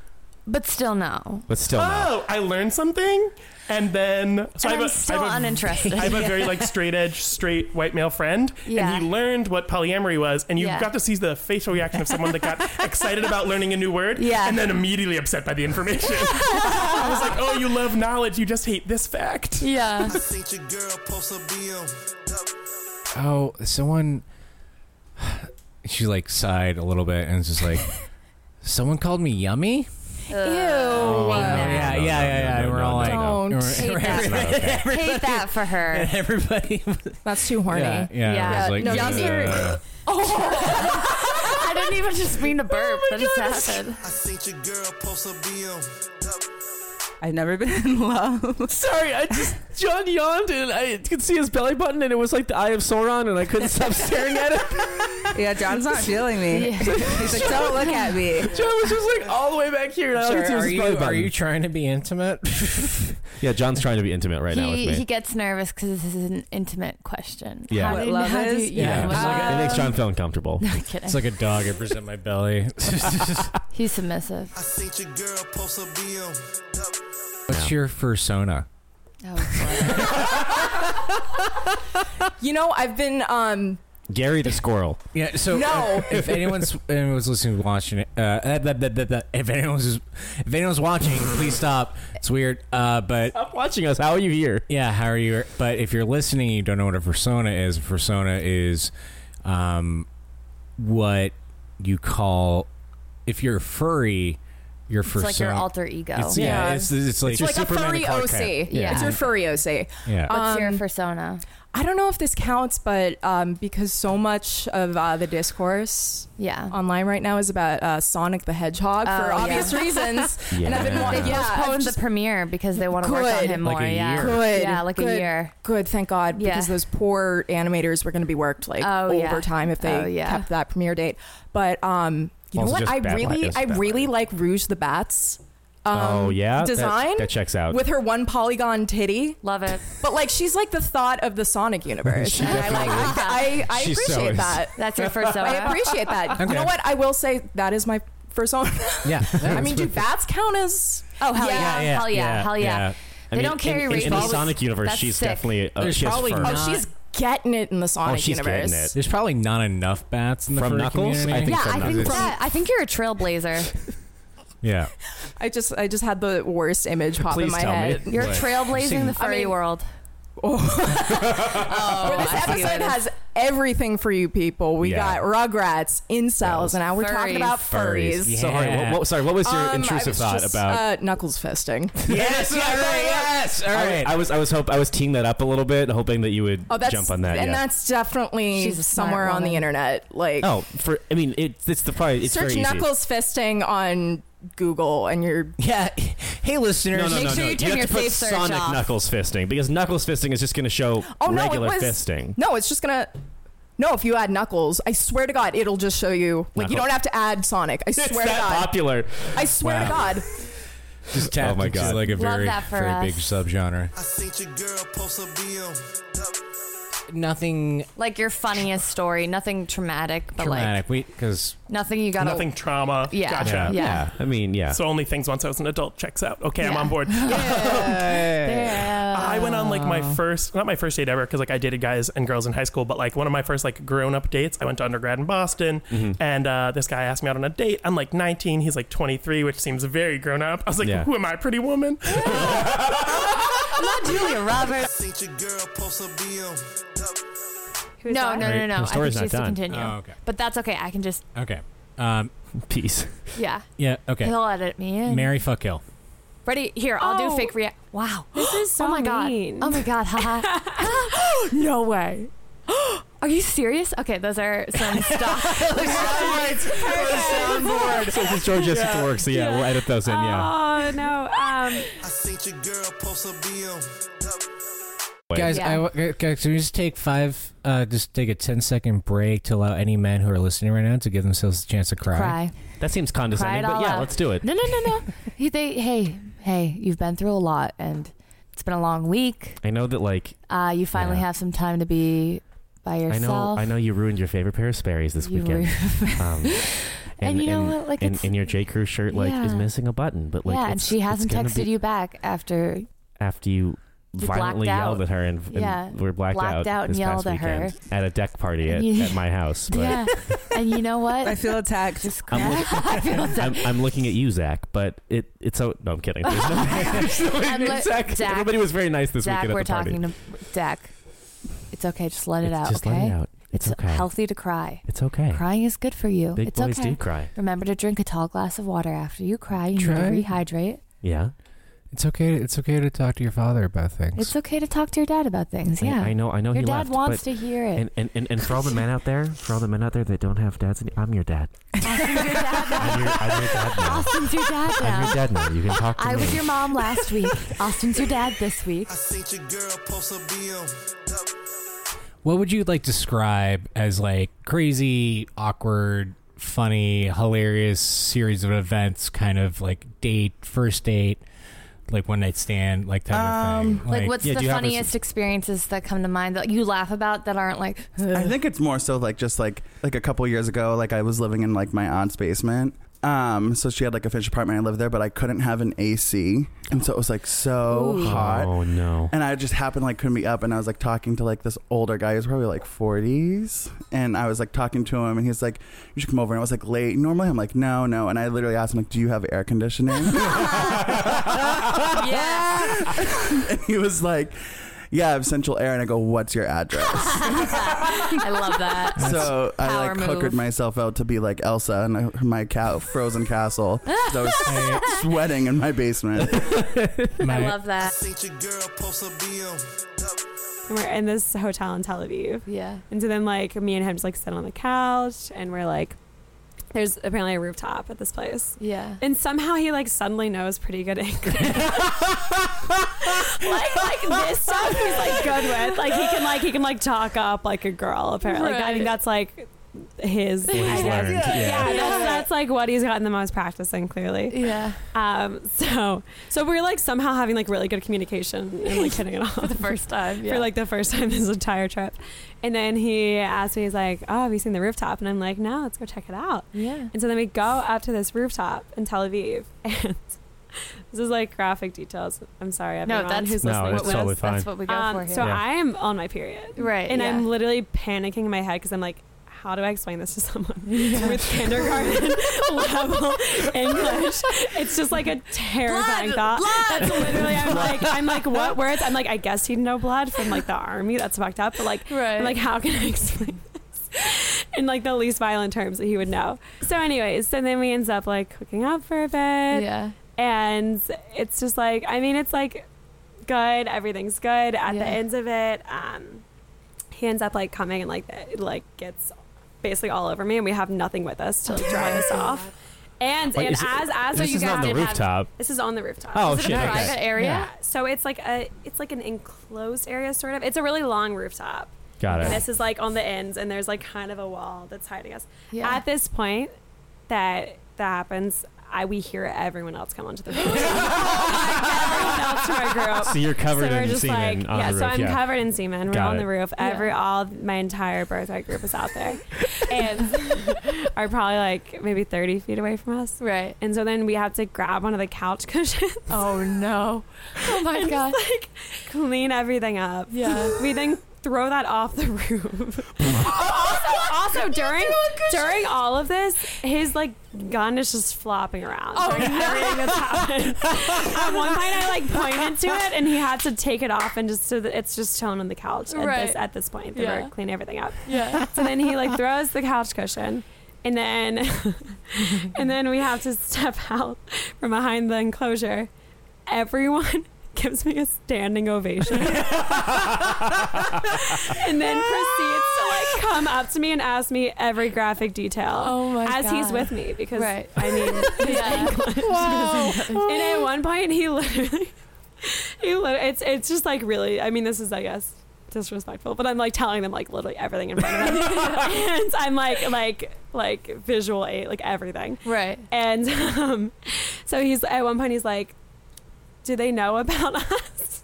Speaker 4: but still no.
Speaker 1: But still, not.
Speaker 9: Oh, I learned something, and then so I
Speaker 4: and I'm
Speaker 9: have a-
Speaker 4: still
Speaker 9: I have a-
Speaker 4: uninterested.
Speaker 9: I have
Speaker 4: [LAUGHS]
Speaker 9: a very like straight edge, straight white male friend,
Speaker 4: Yeah.
Speaker 9: and he learned what polyamory was, and you
Speaker 4: Yeah.
Speaker 9: got to see the facial reaction of someone that
Speaker 4: [LAUGHS]
Speaker 9: got excited about learning a new word,
Speaker 4: Yeah.
Speaker 9: and then immediately upset by the information.
Speaker 4: [LAUGHS]
Speaker 9: I was like, "Oh, you love knowledge, you just hate this fact."
Speaker 4: yeah.
Speaker 7: I seen your girl post a
Speaker 4: [LAUGHS]
Speaker 7: BM.
Speaker 6: Oh, someone. She like sighed a little bit and was just [LAUGHS] like, "Someone called me yummy." Oh,
Speaker 4: Ew.
Speaker 6: yeah, yeah, yeah, yeah.
Speaker 1: no,
Speaker 6: we're
Speaker 1: no,
Speaker 6: all like, [LAUGHS]
Speaker 8: no, no.
Speaker 6: we're-
Speaker 4: Don't.
Speaker 6: everybody-
Speaker 4: Hate that for her.
Speaker 6: [LAUGHS] everybody,
Speaker 8: That's too horny.
Speaker 6: yeah, yeah,
Speaker 4: Yeah,
Speaker 6: I was like,
Speaker 4: no,
Speaker 6: uh, "Ugh."
Speaker 4: yummy
Speaker 6: [LAUGHS]
Speaker 4: [LAUGHS] or- Oh. I didn't even just mean to burp. that just happened.
Speaker 7: Oh I seen your girl post a BM.
Speaker 5: I've never been in love.
Speaker 1: [LAUGHS] Sorry, I just John yawned and I could see his belly button and it was like the eye of Sauron and I couldn't
Speaker 8: [LAUGHS]
Speaker 1: stop staring at it.
Speaker 5: yeah, John's not feeling me. He's like, don't look at
Speaker 1: [LAUGHS]
Speaker 5: me.
Speaker 1: John was just like all the way back here.
Speaker 6: Sir, are, you, are you trying to be intimate?
Speaker 1: yeah, John's trying to be intimate right now with
Speaker 4: he,
Speaker 1: me.
Speaker 4: he gets nervous because this is an intimate question.
Speaker 1: Yeah.
Speaker 4: How
Speaker 5: What
Speaker 4: do-
Speaker 5: love
Speaker 4: how do-
Speaker 5: is?
Speaker 4: yeah.
Speaker 1: yeah,
Speaker 4: what
Speaker 6: It's like
Speaker 4: love-
Speaker 1: it makes John feel uncomfortable.
Speaker 4: [LAUGHS] No, [LAUGHS] I'm kidding.
Speaker 6: it's like a dog. I present my [LAUGHS] belly.
Speaker 4: He's submissive.
Speaker 7: I seen your girl post a BM.
Speaker 6: What's your fursona?
Speaker 4: Oh, [LAUGHS]
Speaker 6: [LAUGHS]
Speaker 5: You know, I've been, um,
Speaker 1: Gary the squirrel.
Speaker 6: Yeah. So uh,
Speaker 5: No.
Speaker 6: if, if
Speaker 8: [LAUGHS]
Speaker 6: anyone's anyone was listening, watching it, uh, uh, blah, blah, blah, blah, if anyone's if anyone's watching, please stop. It's weird. Uh, but
Speaker 1: Stop watching us. How are you here?
Speaker 6: yeah, how are you? But if you're listening, and you don't know what a persona is. A persona is, um, what you call if you're a furry, your first.
Speaker 4: like your alter ego.
Speaker 6: It's, yeah,
Speaker 4: Yeah.
Speaker 6: it's, it's like
Speaker 4: It's
Speaker 6: your
Speaker 4: like a
Speaker 6: Superman and
Speaker 8: furry
Speaker 6: Clark
Speaker 8: OC.
Speaker 6: Kent.
Speaker 8: Yeah. It's your furry OC.
Speaker 6: Yeah.
Speaker 4: What's your persona?
Speaker 8: I don't know if this counts, but um, because so much of uh, the discourse
Speaker 4: yeah.
Speaker 8: online right now is about uh, Sonic the Hedgehog
Speaker 4: Oh,
Speaker 8: for
Speaker 4: yeah.
Speaker 8: obvious
Speaker 4: [LAUGHS]
Speaker 8: reasons. And I've been
Speaker 4: they
Speaker 8: wanting, yeah, I've
Speaker 4: postponed the premiere because they want to work on
Speaker 8: Good.
Speaker 4: him
Speaker 8: Like
Speaker 4: more.
Speaker 8: a
Speaker 4: yeah,
Speaker 8: year. Good.
Speaker 4: yeah, like a
Speaker 8: Good.
Speaker 4: year.
Speaker 8: Good, thank God,
Speaker 4: Yeah.
Speaker 8: because those poor animators were going to be worked like
Speaker 4: Oh, yeah.
Speaker 8: overtime if they
Speaker 4: Oh, yeah.
Speaker 8: kept that premiere date. But um, you
Speaker 1: Also
Speaker 8: know
Speaker 1: just
Speaker 8: what? I
Speaker 1: bad light-
Speaker 8: really,
Speaker 1: it's
Speaker 8: I
Speaker 1: bad
Speaker 8: really like Rouge the Bat's. Um,
Speaker 1: Oh, yeah? That-
Speaker 8: design
Speaker 1: that checks out.
Speaker 8: with her one polygon titty.
Speaker 4: Love it,
Speaker 8: but like she's like the thought of
Speaker 1: [LAUGHS]
Speaker 8: the Sonic universe.
Speaker 4: She
Speaker 8: And I
Speaker 4: definitely
Speaker 8: like
Speaker 4: is.
Speaker 8: I, I
Speaker 4: She so
Speaker 8: appreciate
Speaker 4: is.
Speaker 8: that.
Speaker 4: That's your persona.
Speaker 8: I appreciate that.
Speaker 4: Okay.
Speaker 8: You know what? I will say that is my persona.
Speaker 6: Yeah.
Speaker 8: I mean, do bats count as?
Speaker 4: Oh hell yeah, hell yeah, hell yeah.
Speaker 1: I
Speaker 4: They
Speaker 1: mean,
Speaker 4: don't carry
Speaker 1: in, in, in the
Speaker 4: races.
Speaker 1: Sonic universe.
Speaker 4: That's
Speaker 1: she's
Speaker 4: sick.
Speaker 1: definitely uh,
Speaker 6: There's
Speaker 1: she has
Speaker 6: probably
Speaker 1: fur.
Speaker 8: Oh, she's getting it in the Sonic
Speaker 1: Oh, she's getting
Speaker 8: universe.
Speaker 1: it.
Speaker 6: There's probably not enough bats in the
Speaker 1: From
Speaker 6: furry
Speaker 1: Knuckles?
Speaker 6: community.
Speaker 1: I think
Speaker 4: yeah, I think that. I think you're a trailblazer.
Speaker 1: [LAUGHS]
Speaker 6: Yeah.
Speaker 8: I just I just had the worst image pop in
Speaker 6: Please
Speaker 8: my
Speaker 6: tell me.
Speaker 8: head.
Speaker 4: You're
Speaker 6: What?
Speaker 4: trailblazing the
Speaker 8: I
Speaker 4: furry
Speaker 8: mean-
Speaker 4: world. [LAUGHS]
Speaker 8: Oh, this
Speaker 4: I see what
Speaker 8: episode
Speaker 4: it is.
Speaker 8: has everything for you people. We
Speaker 1: Yeah.
Speaker 8: got Rugrats, incels, and now we're
Speaker 4: Furries.
Speaker 8: talking about furries.
Speaker 1: So, all right, what, what, sorry, what was your
Speaker 8: Um, I
Speaker 1: intrusive
Speaker 8: was
Speaker 1: thought
Speaker 8: just,
Speaker 1: about?
Speaker 8: uh, knuckles
Speaker 1: [LAUGHS]
Speaker 8: fisting?
Speaker 6: Yes, yeah, right, yes. All
Speaker 1: I-
Speaker 6: right.
Speaker 1: I, was I was hope I was teeing that up a little bit, hoping that you would
Speaker 8: Oh, that's
Speaker 1: jump on that.
Speaker 8: and
Speaker 1: yeah.
Speaker 8: that's definitely
Speaker 4: She's a smart
Speaker 8: somewhere on
Speaker 4: woman.
Speaker 8: the internet. Like,
Speaker 1: oh, for I mean, it, it's the probably it's
Speaker 8: search
Speaker 1: very easy.
Speaker 8: knuckles fisting on Google, and you're
Speaker 1: [LAUGHS]
Speaker 6: yeah. Hey, listeners.
Speaker 1: No, no,
Speaker 4: Make
Speaker 1: no,
Speaker 4: sure
Speaker 1: no.
Speaker 4: you turn
Speaker 1: have
Speaker 4: your
Speaker 1: to put
Speaker 4: safe search
Speaker 1: Sonic
Speaker 4: off.
Speaker 1: knuckles fisting because knuckles fisting is just going to show
Speaker 8: oh no,
Speaker 1: regular
Speaker 8: it was
Speaker 1: fisting.
Speaker 8: no, it's just gonna. No, if you add Knuckles, I swear to God, it'll just show you. Like,
Speaker 1: Knuckles.
Speaker 8: you don't have to add Sonic. I
Speaker 1: It's
Speaker 8: swear to
Speaker 1: that
Speaker 8: God.
Speaker 1: popular.
Speaker 8: I swear to
Speaker 1: Wow.
Speaker 8: God.
Speaker 6: Just tapped
Speaker 1: Oh my
Speaker 6: into,
Speaker 1: God.
Speaker 6: like a
Speaker 4: Love
Speaker 6: very,
Speaker 4: that for
Speaker 6: very
Speaker 4: us.
Speaker 6: big subgenre.
Speaker 7: I seen your girl post a bill.
Speaker 6: Nothing
Speaker 4: Like your funniest story, nothing traumatic, but
Speaker 6: traumatic. We because
Speaker 4: like nothing you got.
Speaker 9: Nothing trauma.
Speaker 4: Yeah.
Speaker 9: Gotcha.
Speaker 1: Yeah.
Speaker 4: Yeah.
Speaker 1: I mean, yeah.
Speaker 9: So only things once I was an adult checks out. Okay, I'm
Speaker 4: Yeah.
Speaker 3: [LAUGHS]
Speaker 9: on board.
Speaker 4: Yeah.
Speaker 9: [LAUGHS] I went on like my first, not my first date ever, because like I dated guys and girls in high school, but like one of my first like grown up dates, I went to undergrad in Boston, and uh, this guy asked me out on a date. I'm like 19, he's like 23, which seems very grown up. I was like,
Speaker 1: Yeah.
Speaker 9: who am I, pretty woman?
Speaker 4: not Julia Roberts.
Speaker 7: Seen your girl post a bill.
Speaker 4: No, no, no,
Speaker 1: Her
Speaker 4: no. I think
Speaker 1: story's
Speaker 4: she
Speaker 1: not
Speaker 4: has to
Speaker 1: done.
Speaker 4: continue.
Speaker 6: Oh, okay.
Speaker 4: But that's okay. I can just
Speaker 6: okay. Um. [LAUGHS]
Speaker 1: Peace.
Speaker 4: yeah.
Speaker 6: Yeah. Okay.
Speaker 4: He'll edit me in.
Speaker 6: Mary fuck kill.
Speaker 4: Ready? Here, I'll do
Speaker 10: Oh.
Speaker 4: fake react. [GASPS] Wow.
Speaker 10: This is so
Speaker 4: oh my god.
Speaker 10: mean.
Speaker 4: Oh my god. Haha. [LAUGHS] [GASPS]
Speaker 8: No way.
Speaker 4: Are you serious? Okay, those are
Speaker 6: [LAUGHS]
Speaker 4: some
Speaker 1: [LAUGHS]
Speaker 4: stuff.
Speaker 1: so this is
Speaker 4: [LAUGHS]
Speaker 1: George Jessica works. So yeah, we'll edit those in.
Speaker 4: Uh,
Speaker 1: Yeah.
Speaker 10: Oh no. Um,
Speaker 7: I seen your girl post a bill.
Speaker 6: Guys,
Speaker 4: Yeah.
Speaker 6: I wa- gu- guys, can we just take five? Uh, just take a 10 second break to allow any men who are listening right now to give themselves a chance to cry.
Speaker 4: Cry.
Speaker 1: That seems condescending,
Speaker 4: Cried
Speaker 1: but
Speaker 4: all
Speaker 1: yeah,
Speaker 4: out.
Speaker 1: let's do it.
Speaker 4: No, no, no, no. He- they, hey, hey, you've been through a lot, and it's been a long week.
Speaker 1: I know that like
Speaker 4: Uh, you finally
Speaker 1: Yeah.
Speaker 4: have some time to be by yourself.
Speaker 1: I know I know you ruined your favorite pair of Sperry's this
Speaker 4: You
Speaker 1: weekend. um,
Speaker 4: [LAUGHS] And you know what? Like,
Speaker 1: and,
Speaker 4: it's-
Speaker 1: and your J Crew shirt like is
Speaker 4: Yeah.
Speaker 1: missing a button, but like
Speaker 4: yeah, and
Speaker 1: it's-
Speaker 4: she
Speaker 1: it's
Speaker 4: hasn't
Speaker 1: gonna
Speaker 4: texted
Speaker 1: be-
Speaker 4: you back
Speaker 1: [LAUGHS]
Speaker 4: after
Speaker 1: after you.
Speaker 4: You
Speaker 1: violently
Speaker 4: blacked
Speaker 1: yelled
Speaker 4: out.
Speaker 1: at her and, and
Speaker 4: Yeah.
Speaker 1: we're blacked,
Speaker 4: Blacked out and
Speaker 1: this
Speaker 4: yelled
Speaker 1: past
Speaker 4: at her.
Speaker 1: weekend at a deck party at,
Speaker 4: Yeah.
Speaker 1: at my house. But
Speaker 4: Yeah, and you
Speaker 3: [LAUGHS]
Speaker 4: know what?
Speaker 5: I feel attacked.
Speaker 4: Just
Speaker 1: [LAUGHS] I'm,
Speaker 4: cry.
Speaker 1: looking,
Speaker 4: [LAUGHS] I feel so-
Speaker 1: I'm, I'm looking at you, Zach. But it it's so no, I'm kidding. There's no, [LAUGHS] there's no
Speaker 4: And let-
Speaker 1: Zach,
Speaker 4: [LAUGHS] Zach-
Speaker 1: everybody was very nice this
Speaker 4: Zach,
Speaker 1: weekend
Speaker 4: we're
Speaker 1: at the party.
Speaker 4: talking to Zach. It's okay. Just let it
Speaker 1: It's-
Speaker 4: out.
Speaker 1: Just
Speaker 4: okay.
Speaker 1: let it out. It's,
Speaker 4: [LAUGHS] It's
Speaker 1: okay.
Speaker 4: healthy to cry.
Speaker 1: It's okay.
Speaker 4: Crying is good for you.
Speaker 1: Big
Speaker 4: it's
Speaker 1: boys
Speaker 4: okay.
Speaker 1: do cry.
Speaker 4: Remember to drink a tall glass of water after you cry. You
Speaker 6: Try.
Speaker 4: need to rehydrate.
Speaker 1: Yeah.
Speaker 6: It's okay. It's okay to talk to your father about things.
Speaker 4: It's okay to talk to your dad about things.
Speaker 1: I-
Speaker 4: Yeah.
Speaker 1: I, know. I know.
Speaker 4: Your
Speaker 1: he
Speaker 4: dad
Speaker 1: left,
Speaker 4: wants
Speaker 1: but,
Speaker 4: to hear it.
Speaker 1: And, and, and, and for all the men out there, for all the men out there that don't have dads, any- I'm your
Speaker 4: [LAUGHS]
Speaker 1: dad.
Speaker 4: Austin's your dad
Speaker 1: I'm your,
Speaker 4: now.
Speaker 1: I'm your dad now.
Speaker 4: Austin's your dad
Speaker 1: [LAUGHS] I'm
Speaker 4: now.
Speaker 1: your dad now. You can talk to
Speaker 4: I
Speaker 1: me.
Speaker 4: was your mom last week. Austin's your dad this week.
Speaker 7: I seen your girl post a bill.
Speaker 6: What would you like describe as like crazy, awkward, funny, hilarious series of events? Kind of like date, first date, like one night stand, like type of
Speaker 10: Um,
Speaker 6: thing.
Speaker 4: Um, Like, what's
Speaker 6: yeah,
Speaker 4: the
Speaker 6: do you have a s-
Speaker 4: funniest experiences that come to mind that you laugh about that aren't like? [LAUGHS]
Speaker 3: I think it's more so like just like like a couple years ago, like I was living in like my aunt's basement. Um, so she had like a finished apartment. I lived there, but I couldn't have an AC, and so it was like so hot.
Speaker 1: Oh no.
Speaker 3: And I just happened like couldn't be up, and I was like talking to like this older guy who's probably like forties, and I was like talking to him, and he's like, "You should come over." And I was like, "Late." Normally, I'm like, "No, no," and I literally asked him like, "Do you have air [LAUGHS]
Speaker 4: [LAUGHS]
Speaker 3: conditioning?"
Speaker 4: yeah.
Speaker 3: and he was like. yeah, I have central air. And I go, what's your
Speaker 4: [LAUGHS]
Speaker 3: address?
Speaker 4: I love that.
Speaker 3: so I
Speaker 4: power
Speaker 3: like
Speaker 4: move.
Speaker 3: hookered
Speaker 4: [LAUGHS]
Speaker 3: myself out to be like Elsa and I, my cow, Frozen
Speaker 4: [LAUGHS]
Speaker 3: Castle. 'cause I was sweating in my basement.
Speaker 4: [LAUGHS] I love that.
Speaker 7: Ain't your girl post a BM.
Speaker 10: And we're in this hotel in Tel Aviv.
Speaker 4: Yeah.
Speaker 10: And so then like me and him just like sit on the couch and we're like there's apparently a rooftop at this place.
Speaker 4: Yeah.
Speaker 10: And somehow he like suddenly knows pretty good [LAUGHS]
Speaker 4: [LAUGHS]
Speaker 10: English. like like this stuff he's like good with. Like he can like he can like talk up like a girl apparently. Like, I
Speaker 4: Right.
Speaker 10: think that's like his
Speaker 1: What he's
Speaker 10: I guess.
Speaker 1: learned. Yeah.
Speaker 10: Yeah,
Speaker 4: [LAUGHS]
Speaker 10: That's, that's like what he's gotten the most practice in clearly.
Speaker 4: Yeah.
Speaker 10: Um so so we're like somehow having like really good communication and
Speaker 4: [LAUGHS]
Speaker 10: like hitting it off
Speaker 4: For the first time. Yeah.
Speaker 10: for like the first time [LAUGHS] this entire trip. And then he asked me, he's like, Oh, have you seen the rooftop? And I'm like, No, let's go check it out.
Speaker 4: yeah.
Speaker 10: And so then we go up to this rooftop in Tel Aviv. [LAUGHS] And this is like graphic details. I'm sorry, everyone.
Speaker 4: No, that's
Speaker 10: who's
Speaker 1: No,
Speaker 10: listening.
Speaker 1: that's
Speaker 4: what,
Speaker 1: totally
Speaker 4: that's, that's
Speaker 1: fine.
Speaker 4: what we go for
Speaker 10: Um,
Speaker 4: here.
Speaker 10: so
Speaker 1: Yeah.
Speaker 10: I am on my period.
Speaker 4: right.
Speaker 10: And
Speaker 4: yeah.
Speaker 10: I'm literally panicking in my head because I'm like, how do I explain this to [LAUGHS] someone with kindergarten [LAUGHS]
Speaker 4: [LAUGHS]
Speaker 10: level English? It's just like a terrifying
Speaker 4: Blood,
Speaker 10: thought.
Speaker 4: blood.
Speaker 10: That's literally
Speaker 4: [LAUGHS]
Speaker 10: I'm like I'm like what words? I'm like I guess he'd know blood from like the army. That's fucked up. But like
Speaker 4: right.
Speaker 10: I'm like how can I [LAUGHS] explain this in like the least violent terms that he would know? So anyways, so then we ends up like hooking up for a bit,
Speaker 4: yeah.
Speaker 10: and it's just like I mean it's like good. Everything's good at
Speaker 4: Yeah.
Speaker 10: the ends of it. Um, he ends up like coming and like it, like gets basically all over me, and we have nothing with us to like, dry us off. And
Speaker 1: Wait,
Speaker 10: and
Speaker 1: is it-
Speaker 10: as as
Speaker 1: this
Speaker 10: you
Speaker 1: is
Speaker 10: guys
Speaker 1: on the
Speaker 10: did have-
Speaker 1: rooftop.
Speaker 10: this is on the rooftop.
Speaker 1: Oh,
Speaker 4: Is it
Speaker 1: shit.
Speaker 4: a
Speaker 1: okay.
Speaker 4: private area?
Speaker 10: Yeah. So it's like a it's like an enclosed area sort of. It's a really long rooftop.
Speaker 1: Got
Speaker 10: And
Speaker 1: it.
Speaker 10: this is like on the ends, and there's like kind of a wall that's hiding us.
Speaker 4: Yeah.
Speaker 10: At this point, that that happens. I, we hear everyone else come onto the roof. [LAUGHS] everyone else from our group.
Speaker 1: So you're covered
Speaker 10: So we're
Speaker 1: in
Speaker 10: just
Speaker 1: semen
Speaker 10: like,
Speaker 1: on
Speaker 10: yeah,
Speaker 1: the
Speaker 10: so
Speaker 1: roof,
Speaker 10: I'm
Speaker 1: yeah.
Speaker 10: covered in semen. We're
Speaker 1: Got
Speaker 10: on
Speaker 1: it.
Speaker 10: the roof. Every
Speaker 4: Yeah.
Speaker 10: all my entire birthright group is out
Speaker 4: [LAUGHS]
Speaker 10: there, and [LAUGHS] are probably like maybe 30 feet away from us.
Speaker 4: Right.
Speaker 10: And so then we have to grab one of the couch [LAUGHS] cushions.
Speaker 4: Oh no. Oh
Speaker 10: [LAUGHS]
Speaker 4: my
Speaker 10: and
Speaker 4: god.
Speaker 10: just, like clean everything up.
Speaker 4: Yeah.
Speaker 10: We then throw that off the
Speaker 4: [LAUGHS]
Speaker 10: roof. also, also during during all of this, his like gun is just flopping around.
Speaker 4: Oh,
Speaker 10: like,
Speaker 4: no.
Speaker 10: everything that's
Speaker 3: [LAUGHS]
Speaker 10: happened. At one point, I like pointed to it, and he had to take it off, and just so that it's just shown on the couch at
Speaker 4: Right.
Speaker 10: this at this point. They
Speaker 4: Yeah.
Speaker 10: were cleaning everything up.
Speaker 4: Yeah.
Speaker 10: [LAUGHS] So then he like throws the couch cushion. And then, [LAUGHS] and then we have to step out from behind the enclosure. Everyone [LAUGHS] gives me a standing ovation, [LAUGHS] and then proceeds to like come up to me and ask me every graphic detail
Speaker 4: Oh my
Speaker 10: as he's
Speaker 4: God.
Speaker 10: with me because
Speaker 4: Right.
Speaker 10: I mean,
Speaker 4: Yeah.
Speaker 10: and at one point he literally, he lit- it's it's just like really. I mean, this is I guess disrespectful, but I'm like telling them like literally everything in front
Speaker 4: [LAUGHS]
Speaker 10: of them, and I'm like like like visual aid, like everything.
Speaker 4: Right.
Speaker 10: And um, so he's at one point he's like, "Do they know about us?"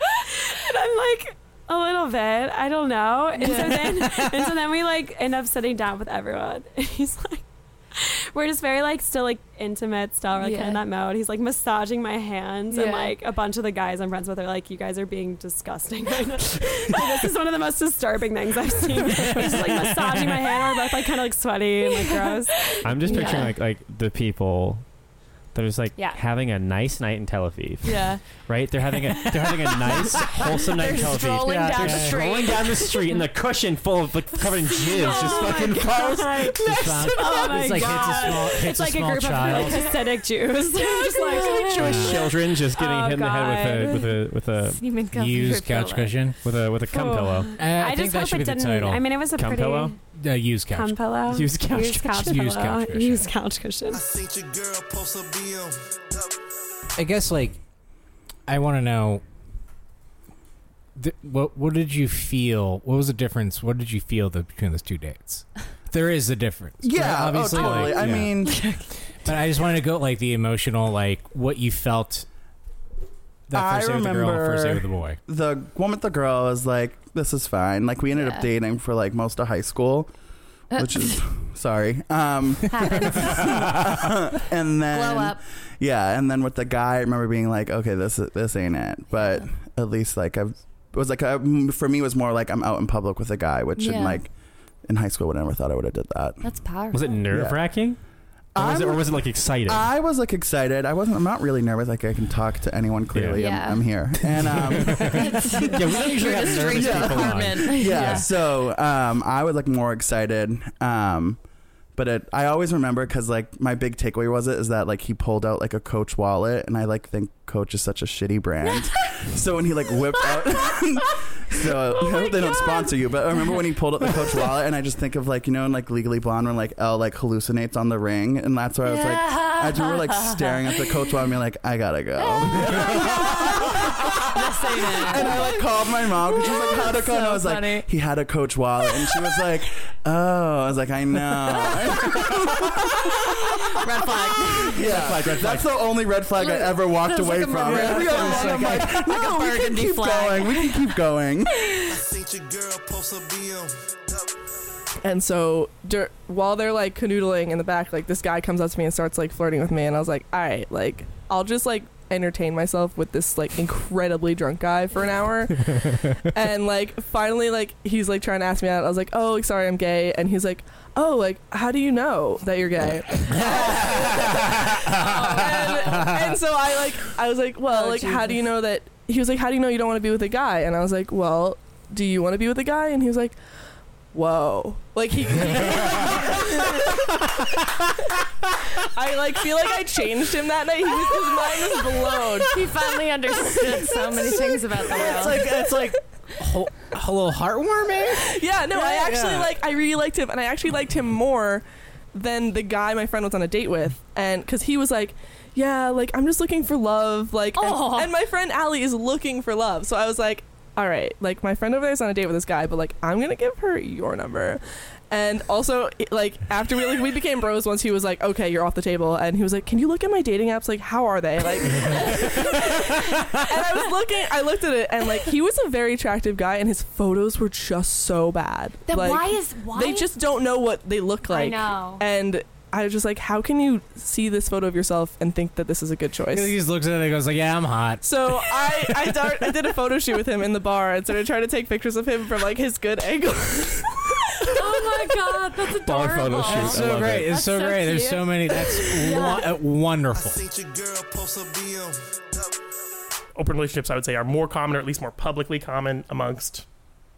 Speaker 10: and I'm like, "A little bit. I don't know." And so
Speaker 4: [LAUGHS]
Speaker 10: then, and so then we like end up sitting down with everyone, and he's like. We're just very like still like intimate still like
Speaker 4: Yeah.
Speaker 10: in that mode. He's like massaging my hands and
Speaker 4: Yeah.
Speaker 10: like a bunch of the guys I'm friends with are like, you guys are being disgusting. [LAUGHS] right now." Like, this is one of the most disturbing things I've seen. He's just like massaging my hand. We're both like kind of like sweaty and like gross.
Speaker 1: I'm just picturing
Speaker 4: Yeah.
Speaker 1: like like the people that is like
Speaker 10: Yeah.
Speaker 1: having a nice night in Tel Aviv,
Speaker 4: Yeah.
Speaker 1: right? They're having a they're having
Speaker 4: [LAUGHS]
Speaker 1: a nice wholesome night in
Speaker 4: They're
Speaker 1: Tel Aviv.
Speaker 4: strolling
Speaker 1: Yeah,
Speaker 4: down
Speaker 1: they're
Speaker 4: the street.
Speaker 1: strolling down the street and the cushion full of like
Speaker 4: [LAUGHS]
Speaker 1: covered in jizz,
Speaker 4: Oh
Speaker 1: just fucking close.
Speaker 6: Just found-
Speaker 10: [LAUGHS] Oh my
Speaker 6: it's like hits a
Speaker 10: God.
Speaker 6: small, hits
Speaker 10: It's
Speaker 6: a
Speaker 10: like a
Speaker 6: small
Speaker 10: group
Speaker 6: child.
Speaker 10: of like ascetic Jews. [LAUGHS] They're just like
Speaker 1: Jewish children just getting
Speaker 10: Oh,
Speaker 1: hit in the head with a with a with
Speaker 4: Semen comes through
Speaker 6: Used
Speaker 4: your
Speaker 6: couch
Speaker 4: pillow.
Speaker 6: cushion.
Speaker 1: a with a with a cum
Speaker 10: Oh.
Speaker 1: pillow.
Speaker 6: Uh, I,
Speaker 10: I just
Speaker 6: think that
Speaker 10: hope
Speaker 6: should be
Speaker 10: it
Speaker 6: the
Speaker 10: didn't.
Speaker 6: title.
Speaker 10: I mean, it was a
Speaker 1: Cum
Speaker 10: pretty
Speaker 1: pillow?
Speaker 6: uh, [LAUGHS] used couch.
Speaker 10: cum pillow.
Speaker 1: Used couch
Speaker 10: Used couch pillow.
Speaker 6: cushion. Used couch cushion.
Speaker 10: Used couch cushion.
Speaker 7: I seen your girl post a BM.
Speaker 6: I guess like I want to know th- what what did you feel? What was the difference? What did you feel the, between those two dates? There is a difference. but
Speaker 3: yeah, oh, totally.
Speaker 6: like,
Speaker 3: I
Speaker 6: yeah.
Speaker 3: mean,
Speaker 6: [LAUGHS] but I just wanted to go like the emotional, like what you felt. That
Speaker 3: I
Speaker 6: first day with the girl, first day
Speaker 3: remember-
Speaker 6: with the
Speaker 3: the
Speaker 6: boy.
Speaker 3: one with the girl was like, this is fine. Like, we ended
Speaker 4: Yeah. Uh.
Speaker 3: up dating for like most of high school, which is, [LAUGHS] sorry.
Speaker 4: [LAUGHS]
Speaker 3: Um,
Speaker 4: Happens.
Speaker 3: [LAUGHS]
Speaker 4: [LAUGHS]
Speaker 3: and then,
Speaker 4: Blow up.
Speaker 3: yeah. And then with the guy, I remember being like, okay, this, this ain't it. But at least like I've, it was like, uh, for me, it was more like I'm out in public with a guy, which
Speaker 4: Yeah.
Speaker 3: in like, in high school, would never thought I would have did that.
Speaker 4: [LAUGHS] That's powerful.
Speaker 1: Was it nerve wracking? Or was, it, or was it like exciting?
Speaker 3: I was like excited. I wasn't. I'm not really nervous. Like I can talk to anyone clearly.
Speaker 1: Yeah.
Speaker 3: I'm, I'm here. And um,
Speaker 6: [LAUGHS]
Speaker 1: yeah, we don't usually
Speaker 3: You're
Speaker 1: have
Speaker 3: just
Speaker 1: nervous
Speaker 3: drinking
Speaker 1: people on.
Speaker 3: yeah. So um, I was like more excited. Um, but it, I always remember because like my big takeaway was it is that like he pulled out like a Coach wallet, and I like think Coach is such a shitty brand. so when he like whipped
Speaker 9: [LAUGHS]
Speaker 3: out. [LAUGHS] So
Speaker 9: Oh
Speaker 3: I hope they don't sponsor you, but I remember when he
Speaker 9: [LAUGHS]
Speaker 3: pulled out the coach wallet, and I just think of like you know, in like Legally Blonde, when like Elle like hallucinates on the ring, and that's where I was like, I just remember like staring at the coach wallet, and being like, I gotta go. [LAUGHS] and I like called my mom because she was like, "How'd it go?" and I was
Speaker 4: [LAUGHS]
Speaker 3: like, "He had a Coach wallet," and she was like, "Oh," I was like, "I know."
Speaker 4: Red flag.
Speaker 3: Yeah, that's the only red flag I ever walked
Speaker 4: That's
Speaker 3: away
Speaker 4: like a
Speaker 3: from.
Speaker 4: maroon
Speaker 3: Every
Speaker 4: flag.
Speaker 3: other one, I'm like,
Speaker 4: Like a
Speaker 3: "No, we can
Speaker 4: burgundy
Speaker 3: keep
Speaker 4: flag."
Speaker 3: going. We can keep
Speaker 9: [LAUGHS]
Speaker 3: going."
Speaker 7: I think your girl post a BM.
Speaker 11: And so dur- while they're like canoodling in the back, like this guy comes up to me and starts like flirting with me, and I was like, all right, like I'll just like entertain myself with this like incredibly drunk guy for an hour.
Speaker 1: [LAUGHS]
Speaker 11: [LAUGHS] and like finally, like he's like trying to ask me out. I was like, oh, like, sorry, I'm gay, and he's like, oh, like how do you know that you're gay? [LAUGHS] and so I like I was like, well, like how do you know that? He was like, how do you know you don't want to be with a guy? And I was like, well, do you want to be with a guy? And he was like, whoa, like
Speaker 5: [LAUGHS]
Speaker 11: he. I like feel like
Speaker 5: [LAUGHS]
Speaker 11: I changed him that night. He was, his mind was blown.
Speaker 4: He finally understood so many things about the world.
Speaker 11: It's like- it's
Speaker 5: like
Speaker 6: Hol- Hello, heartwarming.
Speaker 11: yeah, no, I
Speaker 5: Yeah,
Speaker 11: actually
Speaker 5: yeah.
Speaker 11: like I really liked him, and I actually liked him more than the guy my friend was on a date with, and because he was like. Yeah, like I'm just looking for love, like, and,
Speaker 5: Aw.
Speaker 11: and my friend Allie is looking for love. So I was like, all right, like my friend over there is on a date with this guy, but like I'm gonna give her your number, and also it- like after we like we became bros once he was like, okay, you're off the table, and he was like, can you look at my dating apps? Like, how are
Speaker 4: [LAUGHS]
Speaker 11: they? Like, and I was looking, I looked at it, and like he was a very attractive guy, and his photos were just so bad.
Speaker 4: Then
Speaker 11: like,
Speaker 4: why is- why-
Speaker 11: they just don't know what they look
Speaker 4: I
Speaker 11: like?
Speaker 4: know.
Speaker 11: And I was just like, how can you see this photo of yourself and think that this is a good choice?
Speaker 6: [LAUGHS] He just looks at it and goes like, "Yeah, I'm hot." [LAUGHS]
Speaker 11: So I I, dart, I did a photo shoot with him in the bar and started trying to take pictures of him from like his good angle.
Speaker 4: oh my
Speaker 11: [LAUGHS]
Speaker 12: Uh,
Speaker 4: god, that's adorable.
Speaker 12: [LAUGHS]
Speaker 1: Bar photo shoot.
Speaker 6: It's
Speaker 1: I
Speaker 6: so
Speaker 1: love
Speaker 6: great.
Speaker 1: it.
Speaker 6: It's so, great. There's so many. That's wo- uh, wonderful.
Speaker 9: Open relationships, I would say, are more common, or at least more publicly common, amongst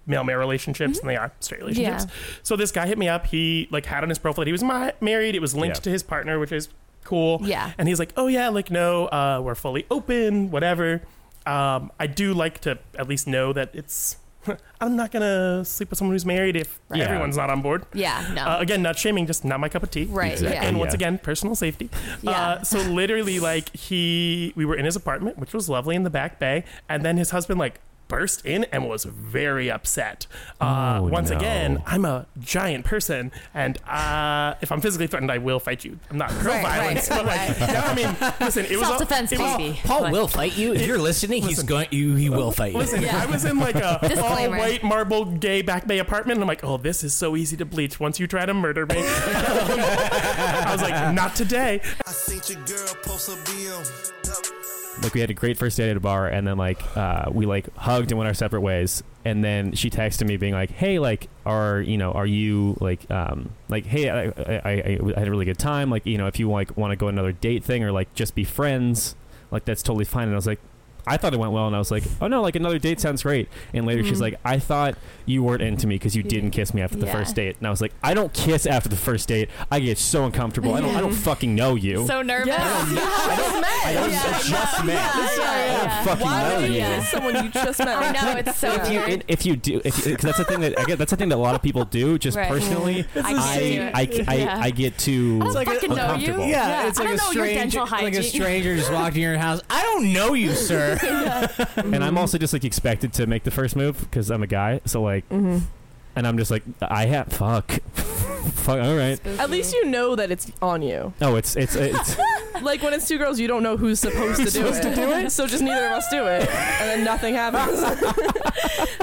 Speaker 9: male-male relationships than they are straight relationships. So this guy hit me up. He like had on his profile that he was ma- married. It was linked
Speaker 6: Yeah.
Speaker 9: to his partner, which is cool.
Speaker 6: Yeah.
Speaker 9: And he's like, "Oh yeah, like no, uh, we're fully open, whatever." Um, I do like to at least know that it's. [LAUGHS] I'm not gonna sleep with someone who's married if
Speaker 4: Right. Yeah.
Speaker 9: everyone's not on board.
Speaker 4: Yeah, no.
Speaker 9: Uh, again, not shaming, just not my cup of tea.
Speaker 4: Right, Exactly, yeah.
Speaker 9: And once
Speaker 4: yeah.
Speaker 9: again, personal safety.
Speaker 4: Yeah.
Speaker 9: Uh, so literally, like he, we were in his apartment, which was lovely in the back bay, and then his husband like burst in and was very upset. Uh,
Speaker 1: Oh,
Speaker 9: once
Speaker 1: no.
Speaker 9: again, I'm a giant person, and uh, if I'm physically threatened, I will fight you. I'm not pro
Speaker 1: Right,
Speaker 11: [LAUGHS]
Speaker 9: violence,
Speaker 1: right,
Speaker 9: but like,
Speaker 6: [LAUGHS]
Speaker 1: right.
Speaker 9: no, I mean, listen, it was all-
Speaker 6: Self-defense,
Speaker 9: it was-
Speaker 6: baby. Paul will fight you if you're listening. He's going. You, he will fight you.
Speaker 9: Listen, I was in like a all
Speaker 6: [LAUGHS] Disclaimer.
Speaker 9: white marble gay back bay apartment, and I'm like, oh, this is so easy to bleach once you try to murder me. [LAUGHS] I was like, not today.
Speaker 7: I think your girl post a BM.
Speaker 1: like we had a great first date at a bar and then like uh, we like hugged and went our separate ways and then she texted me being like hey like are you know are you like um like hey i i, I, I had a really good time like you know if you like want to go on another date thing or like just be friends like that's totally fine and i was like I thought it went well, and I was like, "Oh no, like another date sounds great." And later, she's
Speaker 6: Mhm.
Speaker 1: like, "I thought you weren't into me because you didn't kiss me after the
Speaker 4: Mm-hmm. Yeah.
Speaker 1: first date." And I was like, "I don't kiss after the first date. I get so uncomfortable. I don't.
Speaker 4: [LAUGHS]
Speaker 1: I don't fucking know you.
Speaker 4: So nervous. I don't
Speaker 1: I don't just met. I don't fucking
Speaker 11: Why
Speaker 1: know
Speaker 11: would you
Speaker 1: you.
Speaker 11: kiss someone you just met?
Speaker 4: I know, it's so
Speaker 1: if you
Speaker 4: weird.
Speaker 1: and if you do if because that's the thing that I get that's the thing that a lot of people do just
Speaker 4: Right.
Speaker 1: personally
Speaker 4: It's the
Speaker 1: I
Speaker 4: same.
Speaker 1: I, I,
Speaker 4: Yeah.
Speaker 1: I get too
Speaker 4: I don't fucking know you.
Speaker 1: uncomfortable.
Speaker 4: Yeah,
Speaker 6: Yeah, it's
Speaker 4: I
Speaker 6: like a
Speaker 4: don't know your
Speaker 6: stranger,
Speaker 4: dental
Speaker 6: like a
Speaker 4: hygiene.
Speaker 6: stranger just walked in your house. I don't know you,
Speaker 1: [LAUGHS]
Speaker 4: [LAUGHS]
Speaker 6: sir.
Speaker 1: and I'm also just like expected to make the first move because I'm a guy so like
Speaker 4: Mm-hmm.
Speaker 1: and I'm just like I have fuck [LAUGHS] fuck all right
Speaker 11: At least you know that it's on you.
Speaker 1: oh it's it's it's
Speaker 11: [LAUGHS] like when it's two girls, you don't know who's supposed to do
Speaker 1: Supposed
Speaker 11: it.
Speaker 1: to do it?
Speaker 11: So just neither of us do it, and then
Speaker 1: [LAUGHS]
Speaker 11: nothing happens.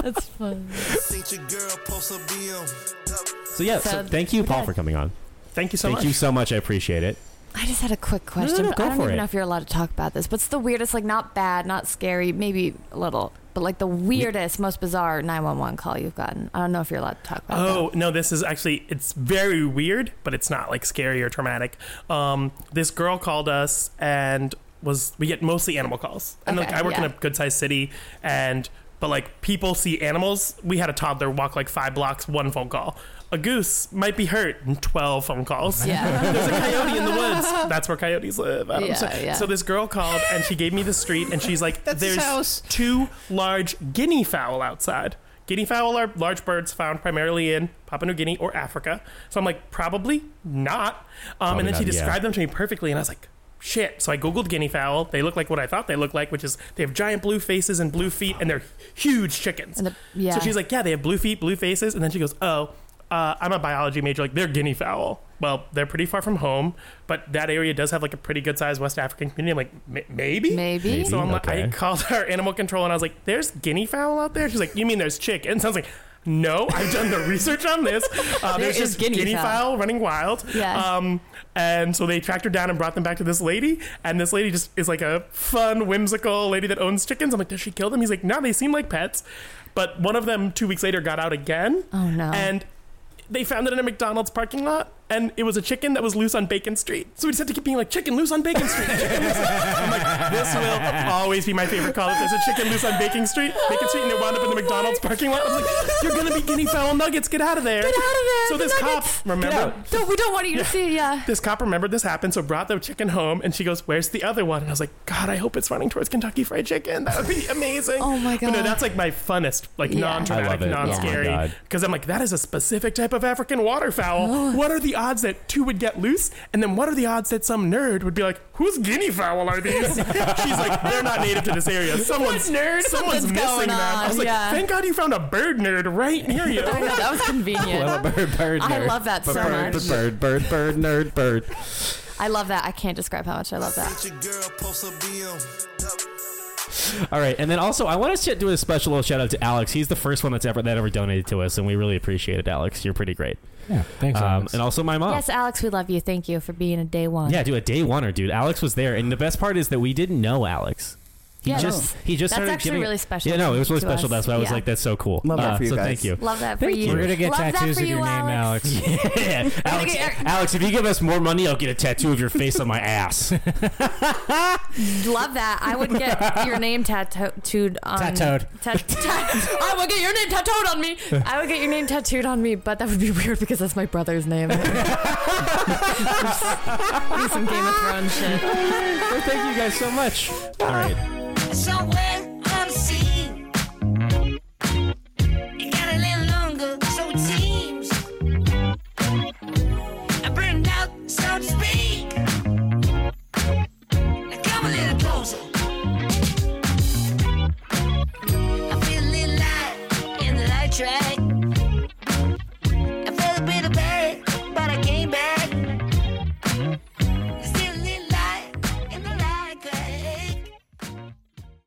Speaker 4: That's fun.
Speaker 7: I think your girl post a BM.
Speaker 1: so yeah so,
Speaker 4: So-
Speaker 1: thank you Paul for coming on
Speaker 9: thank you
Speaker 1: so thank you so much I appreciate it
Speaker 4: I just had a quick
Speaker 1: no,
Speaker 4: question.
Speaker 1: no,
Speaker 4: but
Speaker 1: go
Speaker 4: I don't
Speaker 1: for
Speaker 4: even
Speaker 1: it.
Speaker 4: know if you're allowed to talk about this. What's the weirdest? Like, not bad, not scary, maybe a little, but like the weirdest, most bizarre 911 call you've gotten. I don't know if you're allowed to talk about
Speaker 9: Oh no, this is actually it's very weird, but it's not like scary or traumatic. Um, this girl called us and was we get mostly animal calls, and
Speaker 12: Okay,
Speaker 9: like I work in
Speaker 12: yeah.
Speaker 9: a good sized city, and but like people see animals. We had a toddler walk like five blocks, one phone call. A goose might be hurt in twelve phone calls. [LAUGHS]
Speaker 5: [LAUGHS]
Speaker 12: Yeah.
Speaker 9: there's a coyote in the
Speaker 4: [LAUGHS]
Speaker 12: [LAUGHS]
Speaker 9: woods. That's where coyotes live. Adam.
Speaker 12: Yeah,
Speaker 9: so,
Speaker 12: yeah.
Speaker 9: so this girl called and she gave me the street, and she's
Speaker 12: [LAUGHS]
Speaker 9: like,
Speaker 12: That's his
Speaker 9: "There's
Speaker 12: house."
Speaker 9: two large guinea fowl outside. Guinea fowl are large birds found primarily in Papua New Guinea or Africa. So I'm like, probably not. Um,
Speaker 12: Probably
Speaker 9: and then she
Speaker 12: not, yeah.
Speaker 9: described them to me perfectly, and I was like, shit. So I Googled guinea fowl. They look like what I thought they looked like, which is they have giant blue faces and blue feet, and they're huge chickens.
Speaker 12: yeah.
Speaker 9: So she's like, yeah, they have blue feet, blue faces. And then she goes, oh, uh, I'm a biology major. Like, they're guinea fowl. Well, they're pretty far from home, but that area does have like a pretty good sized West African community. I'm like, "M- maybe?
Speaker 4: Maybe.
Speaker 9: So I'm like, I
Speaker 12: Okay.
Speaker 9: called our animal control and I was like, there's guinea fowl out there? She's like, you mean there's chickens? I was like, no, I've done the research on this. Uh,
Speaker 12: There
Speaker 9: there's
Speaker 12: is
Speaker 9: just
Speaker 12: guinea
Speaker 9: guinea,
Speaker 12: fowl.
Speaker 9: fowl running wild.
Speaker 12: Yes.
Speaker 9: Um, and so they tracked her down and brought them back to this lady. And this lady just is like a fun, whimsical lady that owns chickens. I'm like, does she kill them? He's like, no, they seem like pets. But one of them two weeks later got out again.
Speaker 4: Oh no!
Speaker 9: And they found it in a McDonald's parking lot, and it was a chicken that was loose on Bacon Street. So we just had to keep being like, "Chicken loose on Bacon Street." Chicken loose on-" I'm like, "This will always be my favorite call. If there's a chicken loose on Bacon Street, Bacon Street, and it wound up in the McDonald's parking lot." I'm like, "You're gonna be guinea fowl nuggets. Get out of there!" Get out of there. So this cop remember.
Speaker 4: that. No, we don't want you to
Speaker 9: Yeah.
Speaker 4: see. Yeah.
Speaker 9: This cop remembered this happened, so brought the chicken home, and she goes, "Where's the other one?" And I was like, "God, I hope it's running towards Kentucky Fried Chicken. That
Speaker 12: [LAUGHS]
Speaker 9: would be amazing."
Speaker 12: Oh my
Speaker 9: But no,
Speaker 12: God.
Speaker 9: that's like my funnest, like
Speaker 12: Yeah. I love
Speaker 9: non-traumatic,
Speaker 12: it. Oh my
Speaker 9: non-scary,
Speaker 12: God.
Speaker 9: because I'm like, that is a specific type of African
Speaker 12: Oh.
Speaker 9: waterfowl. what are the odds that two would get loose? And then what are the odds that some nerd would be like, "Whose guinea fowl
Speaker 12: [LAUGHS]
Speaker 9: are these?" She's like, "They're not native to this area.
Speaker 12: What
Speaker 9: Someone's
Speaker 12: nerd?
Speaker 9: Someone's
Speaker 12: Something's
Speaker 9: missing
Speaker 12: going
Speaker 9: them." I was
Speaker 12: on,
Speaker 9: like,
Speaker 12: yeah.
Speaker 9: "Thank God you found a bird nerd right near
Speaker 12: [LAUGHS]
Speaker 9: you."
Speaker 4: [LAUGHS] I know, that was convenient.
Speaker 1: Well, a bird, bird,
Speaker 4: I
Speaker 1: nerd.
Speaker 4: love that
Speaker 1: But
Speaker 4: so
Speaker 1: bird,
Speaker 4: much.
Speaker 1: but Bird, bird, bird, nerd, bird.
Speaker 4: I love that. I can't describe how much I love that.
Speaker 1: All right, and then also I want to sh- do a special little shout out to Alex. He's the first one that's ever that ever donated to us, and we really appreciate it, Alex. You're pretty great.
Speaker 6: Yeah, thanks,
Speaker 1: Um, and also my mom.
Speaker 4: Yes, Alex, we love you. Thank you for being a day one.
Speaker 1: Yeah, dude, a day oneer, dude. Alex was there, and the best part is that we didn't know Alex. He
Speaker 4: Yeah.
Speaker 1: just
Speaker 4: Oh.
Speaker 1: he just
Speaker 4: That's
Speaker 1: started
Speaker 4: actually
Speaker 1: giving-
Speaker 4: really special
Speaker 1: Yeah, no, it was really
Speaker 4: to
Speaker 1: special.
Speaker 4: us.
Speaker 1: That's why I was
Speaker 4: Yeah.
Speaker 1: like, that's so cool. Uh,
Speaker 3: Love that for you
Speaker 1: so
Speaker 3: guys.
Speaker 1: Thank you.
Speaker 4: Love that for you.
Speaker 6: We're gonna get
Speaker 4: love that
Speaker 6: tattoos
Speaker 4: for
Speaker 6: of your
Speaker 4: you,
Speaker 6: [LAUGHS] name,
Speaker 1: [LAUGHS]
Speaker 6: Alex.
Speaker 1: Yeah, Alex, Alex, if you give us more money, I'll get a tattoo of your face on my ass.
Speaker 4: Love that. I would get your name tattooed on.
Speaker 1: Tattooed.
Speaker 6: [LAUGHS]
Speaker 4: Tat- tat- I would get your name tattooed on me. I would get your name tattooed on me, but that would be weird because that's my brother's name. be some Game of Thrones shit.
Speaker 1: well, thank you guys so much. All right.
Speaker 2: Somewhere I'm seen. It got a little longer, so it seems. I burned out, so to speak. Now come a little closer. I feel a little light in the light track.